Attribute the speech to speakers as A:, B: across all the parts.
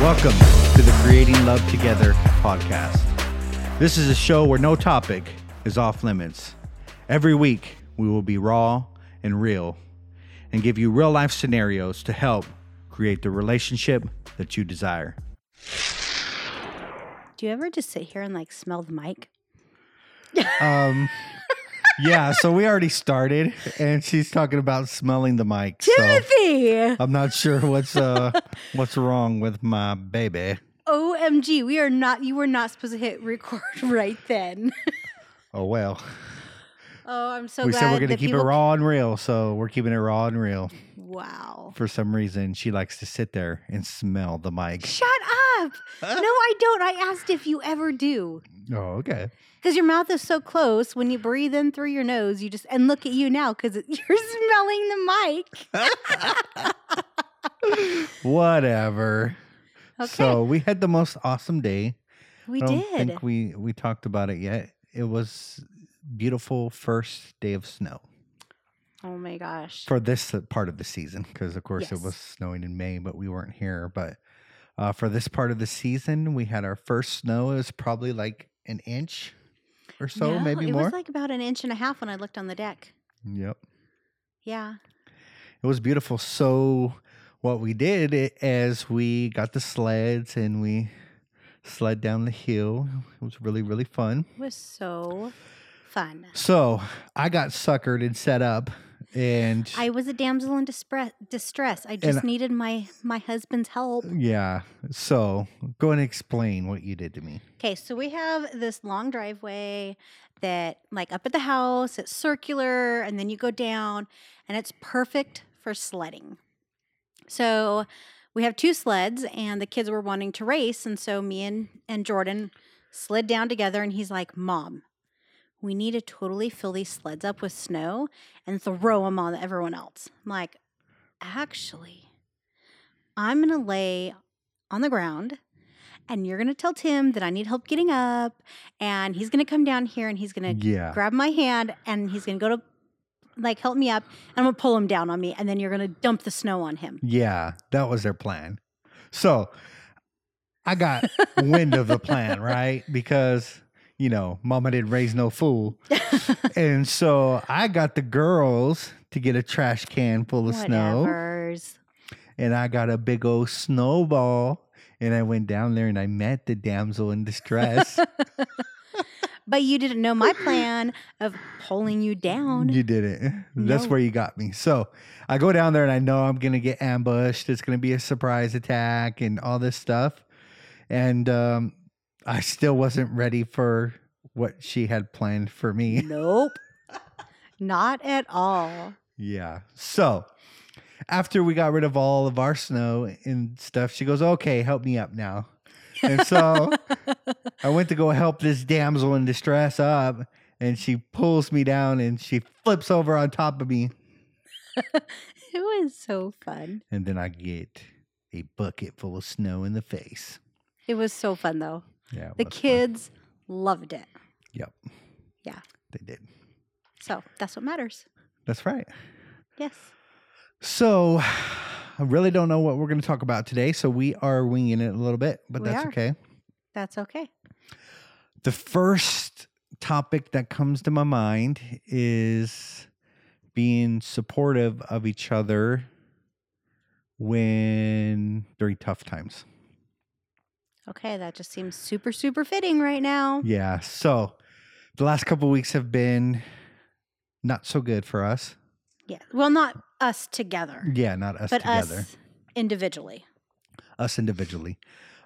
A: Welcome to the Creating Love Together podcast. This is a show where no topic is off limits. Every week, we will be raw and real and give you real life scenarios to help create the relationship that you desire.
B: Do you ever just sit here and like smell the mic?
A: Um, yeah, so we already started, and she's talking about smelling the mic. So
B: Timothy!
A: I'm not sure what's uh what's wrong with my baby.
B: OMG, we are not, you were not supposed to hit record right then.
A: Oh well.
B: Oh, I'm so
A: we
B: glad.
A: said we're going to
B: that
A: keep it
B: people-
A: raw and real, so we're keeping it raw and real.
B: Wow.
A: For some reason, she likes to sit there and smell the mic.
B: Shut up. No, I don't. I asked if you ever do.
A: Oh, okay.
B: Because your mouth is so close. When you breathe in through your nose, you just, and look at you now because you're smelling the mic.
A: Whatever.
B: Okay.
A: So, we had the most awesome day.
B: we
A: I don't
B: did.
A: think we we talked about it yet. It was beautiful first day of snow
B: oh my gosh.
A: for this part of the season because of course it
B: Yes.
A: was snowing in May, but we weren't here, but uh, for this part of the season, we had our first snow. It was probably like an inch or so,
B: No,
A: maybe
B: it
A: more.
B: was like about an inch and a half when I looked on the deck.
A: yep.
B: Yeah.
A: It was beautiful. So what we did i- is we got the sleds and we sled down the hill. It was really really fun.
B: It was so fun.
A: So I got suckered and set up, and
B: I was a damsel in dispre- distress. I just needed my my husband's help.
A: yeah. So go and explain what you did to me.
B: Okay, so we have this long driveway that like up at the house, it's circular and then you go down and it's perfect for sledding. So we have two sleds and the kids were wanting to race and so me and and Jordan slid down together and he's like, "Mom, we need to totally fill these sleds up with snow and throw them on everyone else." I'm like, "Actually, I'm going to lay on the ground and you're going to tell Tim that I need help getting up and he's going to come down here and he's going to
A: Yeah.
B: grab my hand and he's going to go to like help me up and I'm going to pull him down on me and then you're going to dump the snow on him."
A: Yeah, that was their plan. So I got wind of the plan, right? Because, you know, mama didn't raise no fool. and so I got the girls to get a trash can full of snow
B: Whatevers.
A: and I got a big old snowball. And I went down there and I met the damsel in distress.
B: But you didn't know my plan of pulling you down.
A: you didn't. That's
B: No.
A: where you got me. So I go down there and I know I'm going to get ambushed. It's going to be a surprise attack and all this stuff. And um, I still wasn't ready for what she had planned for me.
B: Nope. Not at all.
A: Yeah. So after we got rid of all of our snow and stuff, she goes, okay, help me up now. And so I went to go help this damsel in distress up. And she pulls me down and she flips over on top of me.
B: It was so fun.
A: and then I get a bucket full of snow in the face.
B: It was so fun though.
A: Yeah,
B: The kids loved it.
A: they did.
B: So that's what matters.
A: That's right.
B: Yes.
A: So I really don't know what we're going to talk about today, so we are winging it a little bit, but
B: We
A: that's
B: are.
A: okay.
B: That's okay.
A: The first topic that comes to my mind is being supportive of each other when during tough times.
B: Okay, that just seems super, super fitting right now.
A: Yeah. So the last couple weeks have been not so good for us.
B: Yeah. Well, not us together,
A: Yeah, not us
B: but
A: together.
B: us individually.
A: us individually.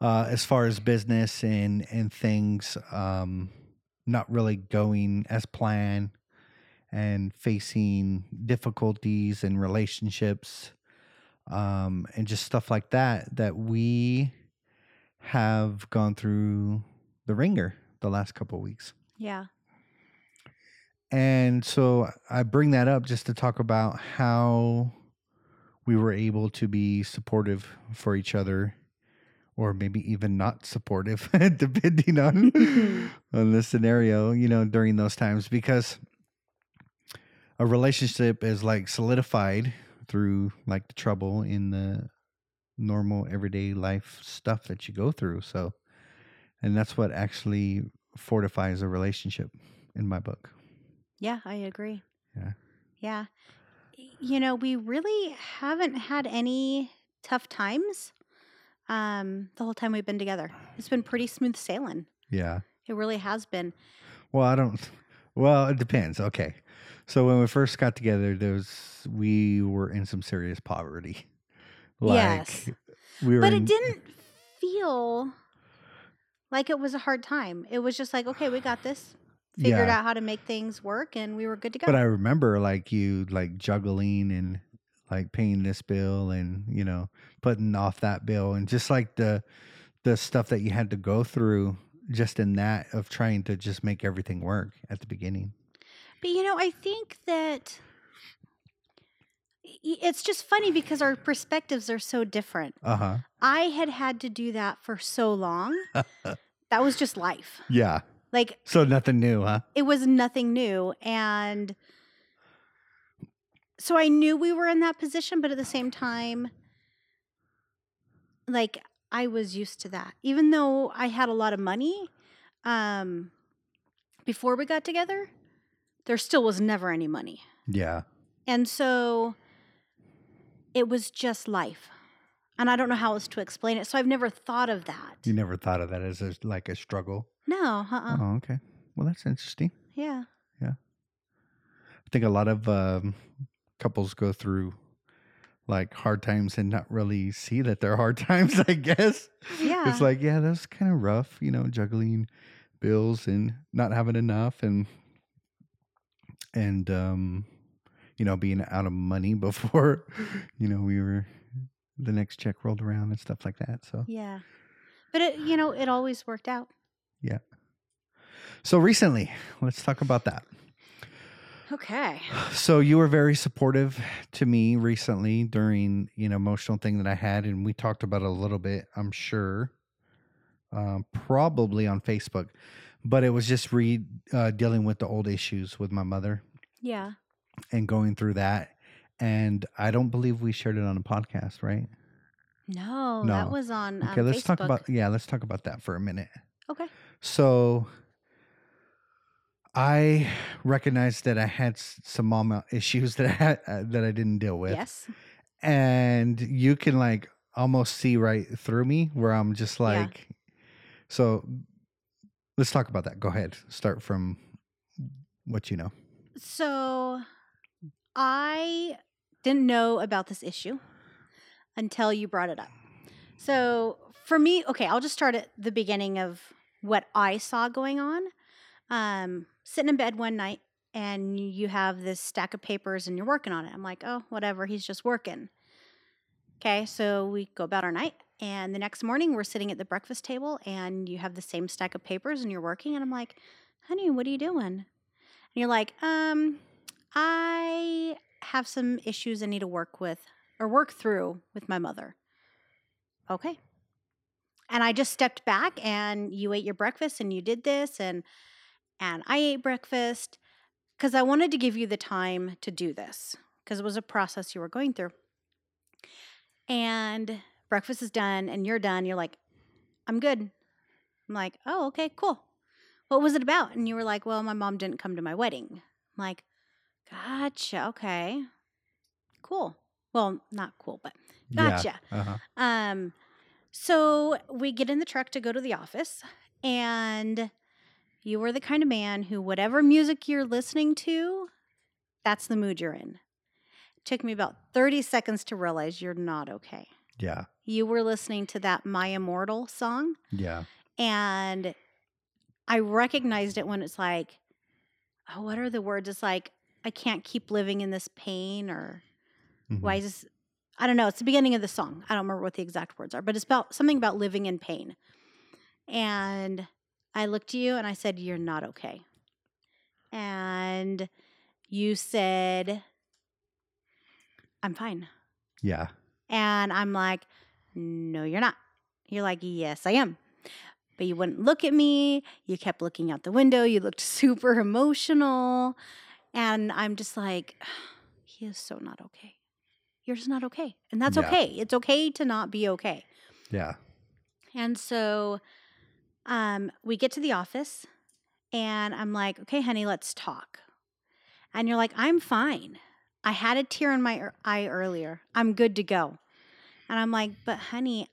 A: Uh, as far as business and and things, um, not really going as planned, and facing difficulties in relationships, um, and just stuff like that that we have gone through the ringer the last couple weeks.
B: Yeah.
A: And so I bring that up just to talk about how we were able to be supportive for each other or maybe even not supportive depending on on the scenario, you know, during those times because a relationship is like solidified through like the trouble in the normal everyday life stuff that you go through. So, and that's what actually fortifies a relationship in my book.
B: Yeah, I agree.
A: Yeah.
B: Yeah. Y- You know, we really haven't had any tough times um, the whole time we've been together. It's been pretty smooth sailing.
A: Yeah.
B: It really has been.
A: Well, I don't. Well, it depends. Okay. So when we first got together, there was we were in some serious poverty.
B: Yes.
A: we were.
B: But
A: in-
B: it didn't feel like it was a hard time. It was just like, okay, we got this. Figured out how to make things work and we were good to go.
A: But I remember like you like juggling and like paying this bill and you know putting off that bill and just like the the stuff that you had to go through just in that of trying to just make everything work at the beginning.
B: But you know, I think that i- it's just funny because our perspectives are so different.
A: Uh huh.
B: I had had to do that for so long. that was just life.
A: Yeah.
B: Like
A: So nothing new, huh?
B: it was nothing new and so I knew we were in that position, but at the same time like I was used to that. Even though I had a lot of money um before we got together, there still was never any money.
A: Yeah.
B: And so it was just life. And I don't know how else to explain it. So I've never thought of that.
A: You never thought of that as a, like a struggle.
B: No, uh-uh.
A: Oh, okay. Well, that's interesting.
B: Yeah.
A: I think a lot of um, couples go through like hard times and not really see that they're hard times, I guess.
B: Yeah.
A: It's like, yeah, that's kind of rough, you know, juggling bills and not having enough and, and, um, you know, being out of money before, you know, we were the next check rolled around and stuff like that. So,
B: Yeah. But it, you know, it always worked out.
A: so recently, let's talk about that.
B: Okay.
A: So you were very supportive to me recently during an emotional thing that I had, and we talked about it a little bit. I'm sure, um, probably on Facebook, but it was just re uh, dealing with the old issues with my mother
B: Yeah.
A: and going through that. And I don't believe we shared it on a podcast, right?
B: No, that
A: No.
B: was on um,
A: Okay, let's
B: Facebook.
A: talk about yeah, let's talk about that for a minute.
B: Okay.
A: So I recognized that I had s- some mama issues that I had, uh, that I didn't deal with.
B: Yes.
A: and you can like almost see right through me where I'm just
B: Yeah.
A: like so let's talk about that. Go ahead. Start from what you know.
B: So I didn't know about this issue until you brought it up. So for me, okay, I'll just start at the beginning of what I saw going on. Um, sitting in bed one night and you have this stack of papers and you're working on it. I'm like, oh, whatever, he's just working. Okay, so we go about our night and the next morning we're sitting at the breakfast table and you have the same stack of papers and you're working and I'm like, honey, what are you doing? and you're like, um, I have some issues I need to work with or work through with my mother. Okay. And I just stepped back and you ate your breakfast and you did this and and I ate breakfast cuz I wanted to give you the time to do this cuz it was a process you were going through. And breakfast is done and you're done. You're like, I'm good. I'm like, "Oh, okay, cool." what was it about? And you were like, well, my mom didn't come to my wedding. I'm like, gotcha. Okay. Cool. Well, not cool, but gotcha.
A: Yeah. Uh-huh.
B: Um, so we get in the truck to go to the office, and you were the kind of man who, whatever music you're listening to, that's the mood you're in. Took me about 30 seconds to realize you're not okay.
A: Yeah.
B: You were listening to that My Immortal song
A: Yeah.
B: and I recognized it when it's like, oh, what are the words? It's like I can't keep living in this pain, or
A: Mhm.
B: why is this? I don't know. It's the beginning of the song. I don't remember what the exact words are, but it's about something about living in pain. And I looked at you and I said, "You're not okay." And you said, "I'm fine."
A: Yeah.
B: And I'm like, no, you're not. You're like, yes, I am. But you wouldn't look at me. You kept looking out the window. You looked super emotional. And I'm just like, he is so not okay. you're just not okay. And that's
A: Yeah.
B: okay. It's okay to not be okay.
A: Yeah.
B: And so um, we get to the office and I'm like, okay, honey, let's talk. And you're like, I'm fine. I had a tear in my ear- eye earlier. I'm good to go. And I'm like, but honey,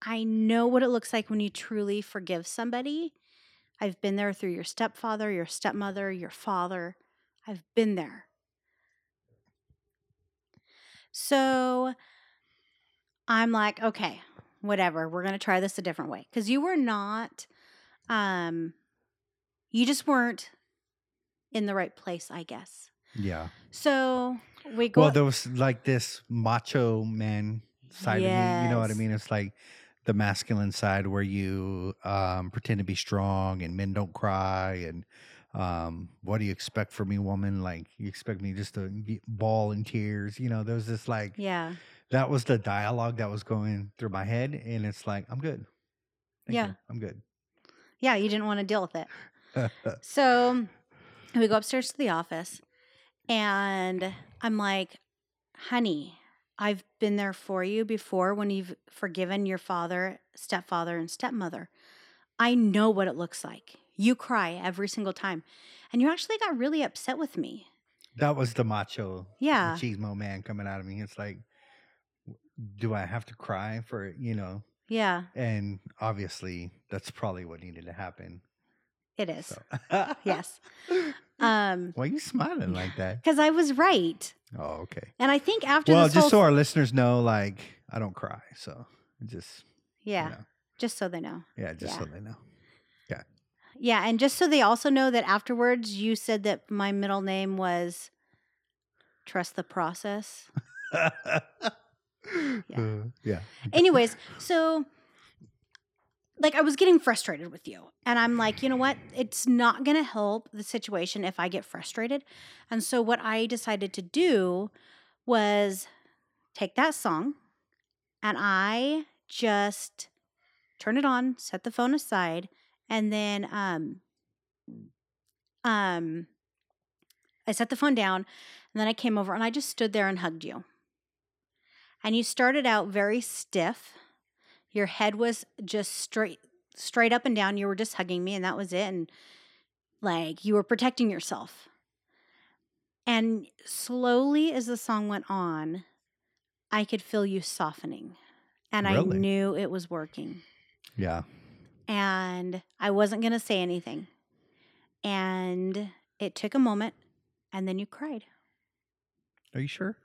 B: I know what it looks like when you truly forgive somebody. I've been there through your stepfather, your stepmother, your father. I've been there. So I'm like, okay, whatever. We're going to try this a different way cuz you were not um you just weren't in the right place, I guess.
A: Yeah.
B: So we go
A: Well, there was like this macho man side of you. You know what I
B: Yes.
A: mean? It's like the masculine side where you um, pretend to be strong and men don't cry and um, what do you expect from me, woman? Like you expect me just to be ball in tears. You know, there was this like
B: Yeah.
A: that was the dialogue that was going through my head, and it's like I'm good. Thank
B: Yeah.
A: you. I'm good.
B: Yeah, you didn't want to deal with it. So we go upstairs to the office, and I'm like, honey, I've been there for you before when you've forgiven your father, stepfather, and stepmother. I know what it looks like. You cry every single time. And you actually got really upset with me.
A: that was the macho
B: Yeah.
A: machismo man coming out of me. It's like, w- do I have to cry for it? You know.
B: Yeah,
A: And obviously, that's probably what needed to happen.
B: it is.
A: So-
B: Yes. Um,
A: Why are you smiling like that?
B: because I was right.
A: Oh, okay.
B: And I think after
A: well,
B: this
A: just
B: whole
A: so our listeners know, like, I don't cry. So just, you
B: yeah,
A: know.
B: just so they know.
A: yeah, just
B: Yeah.
A: so they know.
B: Yeah, and just so they also know that afterwards, you said that my middle name was Trust the Process.
A: yeah. Uh, yeah.
B: Anyways, so like I was getting frustrated with you, and I'm like, you know what? It's not going to help the situation if I get frustrated. And so, what I decided to do was take that song and I just turn it on, set the phone aside, and then, um, um, I set the phone down and then I came over and I just stood there and hugged you. And you started out very stiff. Your head was just straight straight up and down. You were just hugging me and that was it and like you were protecting yourself. And slowly as the song went on, I could feel you softening. And
A: Really?
B: I knew it was working
A: Yeah.
B: and I wasn't going to say anything. And it took a moment and then you cried.
A: Are you sure?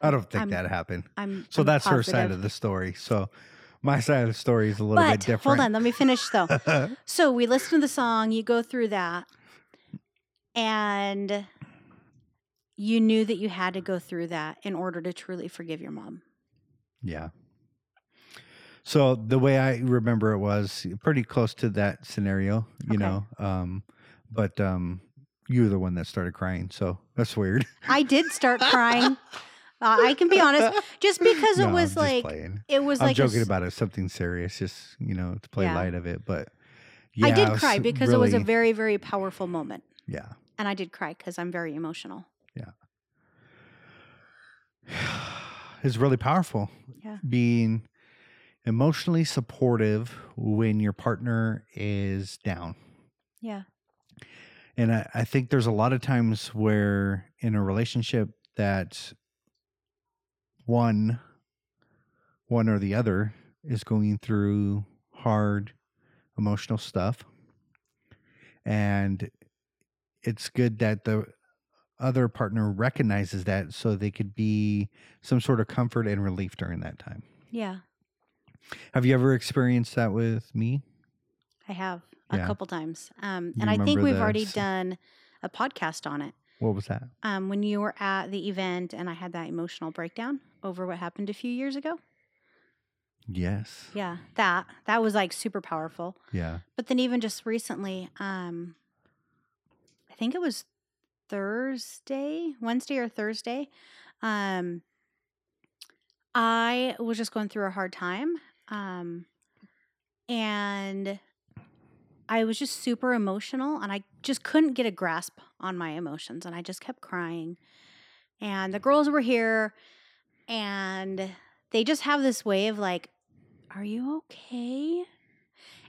A: I don't think
B: I'm-
A: that happened.
B: I'm
A: So
B: I'm
A: that's her side
B: positive.
A: of the story. So my side of the story is a little
B: But
A: bit different.
B: hold on, let me finish though.
A: on.
B: so we listen to the song, you go through that and you knew that you had to go through that in order to truly forgive your mom.
A: Yeah. So the way I remember it was pretty close to that scenario, you
B: Okay.
A: know. Um, but um, you were the one that started crying, so that's weird.
B: I did start crying. Uh, I can be honest, just because
A: No,
B: it
A: I'm
B: was
A: just
B: like
A: playing.
B: it was
A: I'm
B: like a
A: joking
B: s-
A: about it. It's Something serious, just you know, to play
B: Yeah.
A: light of it. But yeah,
B: I
A: it
B: did
A: was
B: cry because it was a
A: really-
B: very very powerful moment.
A: yeah.
B: And I did cry because I'm very emotional.
A: It's really powerful.
B: Yeah.
A: Being emotionally supportive when your partner is down.
B: Yeah.
A: And I, I think there's a lot of times where in a relationship that one one or the other is going through hard emotional stuff. And it's good that the other partner recognizes that so they could be some sort of comfort and relief during that time.
B: Yeah.
A: Have you ever experienced that with me?
B: I have a
A: Yeah.
B: couple times. Um,
A: You
B: and I think
A: remember
B: we've
A: the
B: already
A: s-
B: done a podcast on it.
A: What was that?
B: Um, when you were at the event and I had that emotional breakdown over what happened a few years ago.
A: Yes.
B: Yeah. That that was like super powerful.
A: Yeah.
B: But then even just recently, um, I think it was Thursday, Wednesday or Thursday, um, I was just going through a hard time, um, and I was just super emotional, and I just couldn't get a grasp on my emotions, and I just kept crying. And the girls were here, and they just have this way of like, "Are you okay?"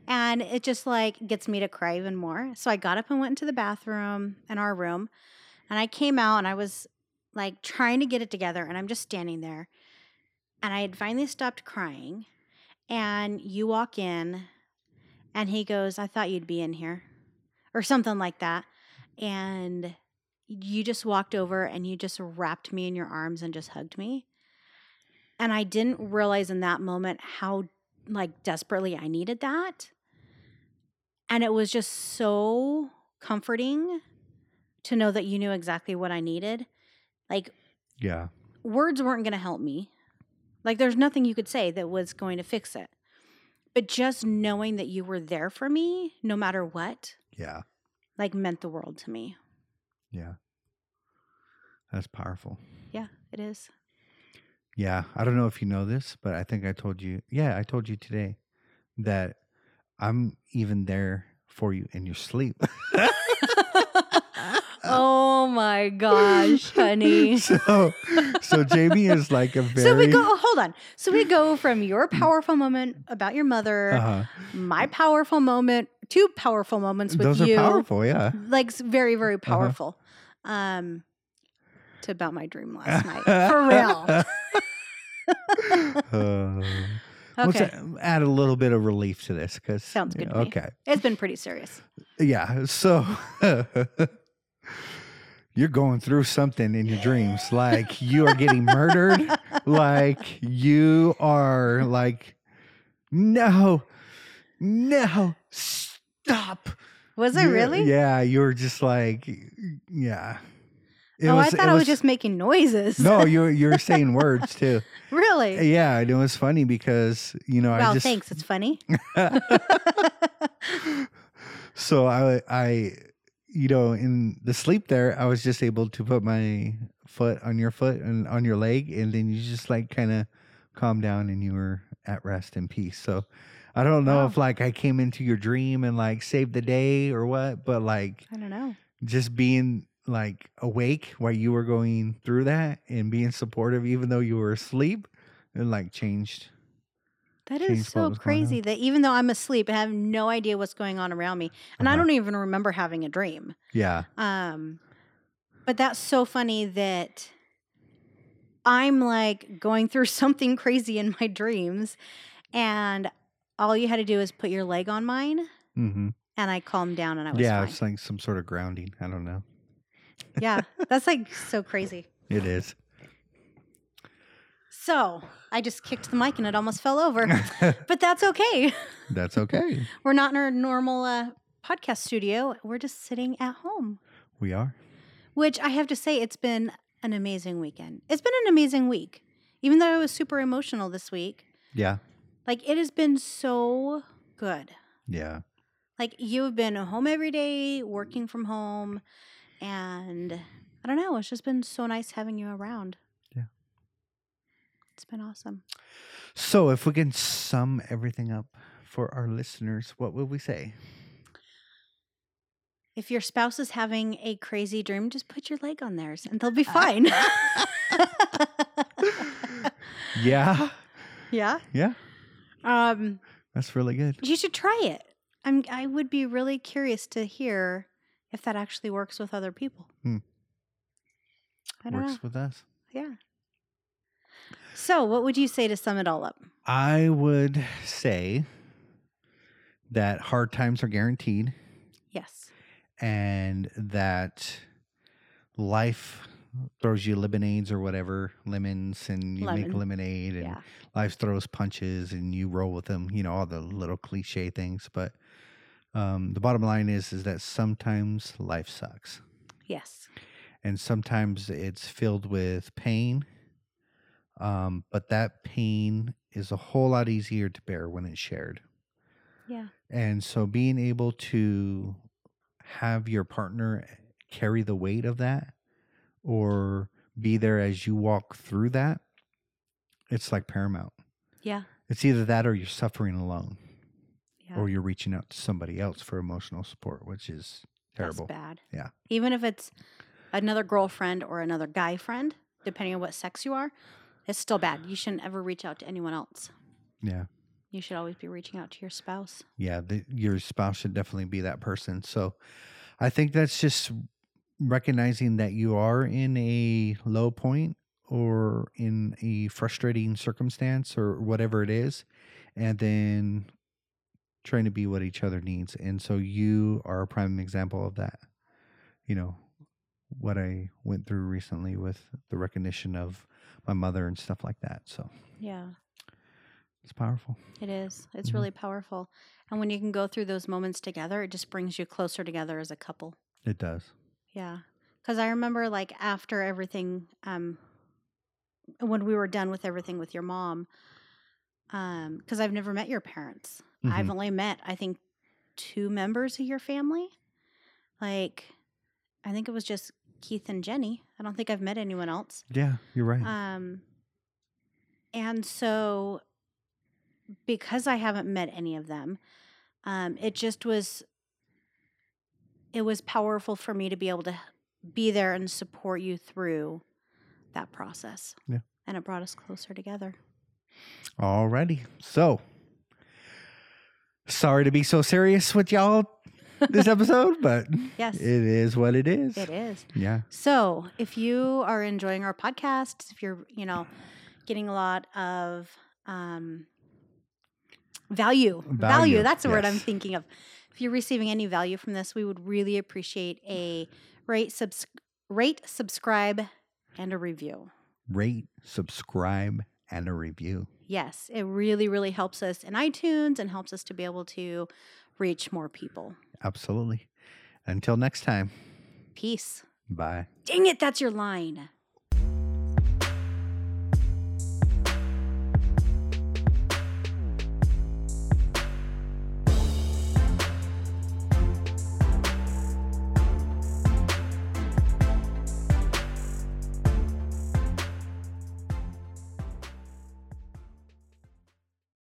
B: And it just like gets me to cry even more. So I got up and went into the bathroom in our room, and I came out and I was like trying to get it together, and I'm just standing there, and I had finally stopped crying, and you walk in, and he goes, "I thought you'd be in here," or something like that, and you just walked over and you just wrapped me in your arms and just hugged me. And I didn't realize in that moment how like desperately I needed that. And it was just so comforting to know that you knew exactly what I needed. Like
A: Yeah.
B: words weren't going to help me. Like there's nothing you could say that was going to fix it. But just knowing that you were there for me no matter what,
A: Yeah.
B: like meant the world to me.
A: Yeah. That's powerful.
B: It is.
A: Yeah. I don't know if you know this, but I think I told you. Yeah. I told you today that I'm even there for you in your sleep.
B: oh my gosh, honey.
A: so, so Jamie is like a very. Mm.
B: So we go, oh, hold on. So we go from your powerful moment about your mother,
A: Uh-huh.
B: my powerful moment, two powerful moments with
A: Those
B: you.
A: are powerful. Yeah.
B: Like s- very, very
A: Uh-huh.
B: powerful. Um to about my dream last night. For real.
A: Uh, Let's
B: Okay.
A: a- add a little bit of relief to this because
B: Sounds good to me.
A: Okay,
B: It's been pretty serious.
A: yeah. So you're going through something in your dreams, like you are getting murdered, like you are like, no, no, stop.
B: Was it
A: You-
B: really?
A: Yeah, you were just like, yeah. It
B: oh, I thought I was just making noises.
A: no. You were- you were saying words too.
B: really?
A: Yeah, and it was funny because you know
B: well,
A: I just
B: thanks. It's funny.
A: so I I you know in the sleep there I was just able to put my foot on your foot and on your leg and then you just like kind of calm down and you were at rest and peace. So I don't know
B: Wow.
A: if like I came into your dream and like saved the day or what, but like
B: I don't know.
A: just being like awake while you were going through that and being supportive even though you were asleep and like changed.
B: That
A: change
B: is
A: what
B: so
A: was going on.
B: crazy that even though I'm asleep, I have no idea what's going on around me. And I
A: Uh-huh.
B: don't even remember having a dream.
A: Yeah.
B: Um, but that's so funny that I'm like going through something crazy in my dreams. And all you had to do is put your leg on mine.
A: Mhm.
B: And I calmed down and I was
A: Yeah,
B: fine.
A: it's like some sort of grounding. I don't know.
B: yeah, that's like so crazy.
A: It is.
B: So I just kicked the mic and it almost fell over. But that's okay.
A: That's okay.
B: We're not in our normal uh, podcast studio, we're just sitting at home.
A: We are.
B: which I have to say, it's been an amazing weekend. It's been an amazing week, even though I was super emotional this week.
A: Yeah.
B: Like, it has been so good.
A: Yeah.
B: Like, you have been home every day, working from home, and I don't know, it's just been so nice having you around.
A: Yeah.
B: It's been awesome.
A: So if we can sum everything up for our listeners, what would we say?
B: If your spouse is having a crazy dream, just put your leg on theirs and they'll be
A: Uh,
B: fine.
A: yeah.
B: yeah.
A: Yeah.
B: Um,
A: That's really good.
B: You should try it. I'm. I would be really curious to hear if that actually works with other people.
A: Hmm.
B: I don't
A: Works
B: know.
A: with us.
B: Yeah. So, what would you say to sum it all up?
A: I would say that hard times are guaranteed
B: Yes.
A: and that life throws you lemonades or whatever, lemons and you make
B: Lemon.
A: lemonade and
B: Yeah.
A: life throws punches and you roll with them you know all the little cliche things but um, the bottom line is is that sometimes life sucks
B: Yes.
A: and sometimes it's filled with pain um, but that pain is a whole lot easier to bear when it's shared
B: Yeah.
A: and so being able to have your partner carry the weight of that or be there as you walk through that it's like paramount
B: Yeah.
A: it's either that or you're suffering alone
B: Yeah.
A: or you're reaching out to somebody else for emotional support, which is terrible.
B: That's bad.
A: Yeah.
B: Even if it's another girlfriend or another guy friend, depending on what sex you are, It's still bad. You shouldn't ever reach out to anyone else.
A: Yeah.
B: You should always be reaching out to your spouse.
A: Yeah. The, your spouse should definitely be that person. So I think that's just recognizing that you are in a low point or in a frustrating circumstance or whatever it is, and then trying to be what each other needs. And so you are a prime example of that. You know, what I went through recently with the recognition of my mother and stuff like that. So
B: Yeah,
A: it's powerful.
B: it is. It's
A: Mhm.
B: really powerful. And when you can go through those moments together, it just brings you closer together as a couple.
A: It does.
B: Yeah. Because I remember, like, after everything, um, when we were done with everything with your mom, because I've never met your parents.
A: Mm-hmm.
B: I've only met, I think, two members of your family. Like, I think it was just Keith and Jenny. I don't think I've met anyone else.
A: yeah, you're right.
B: Um, and so, because I haven't met any of them, um, it just was, it was powerful for me to be able to be there and support you through that process.
A: Yeah.
B: And it brought us closer together.
A: Alrighty. So sorry to be so serious with y'all this episode, but
B: Yes,
A: it is what it is.
B: it is.
A: Yeah.
B: So, if you are enjoying our podcasts, if you're, you know, getting a lot of um, value, value,
A: Value,
B: that's the word I'm
A: yes.
B: thinking of. If you're receiving any value from this, we would really appreciate a rate, subs- rate, subscribe, and a review.
A: Rate, subscribe, and a review.
B: Yes, it really, really helps us in iTunes and helps us to be able to reach more people.
A: Absolutely. Until next time.
B: Peace.
A: Bye.
B: Dang it, that's your line.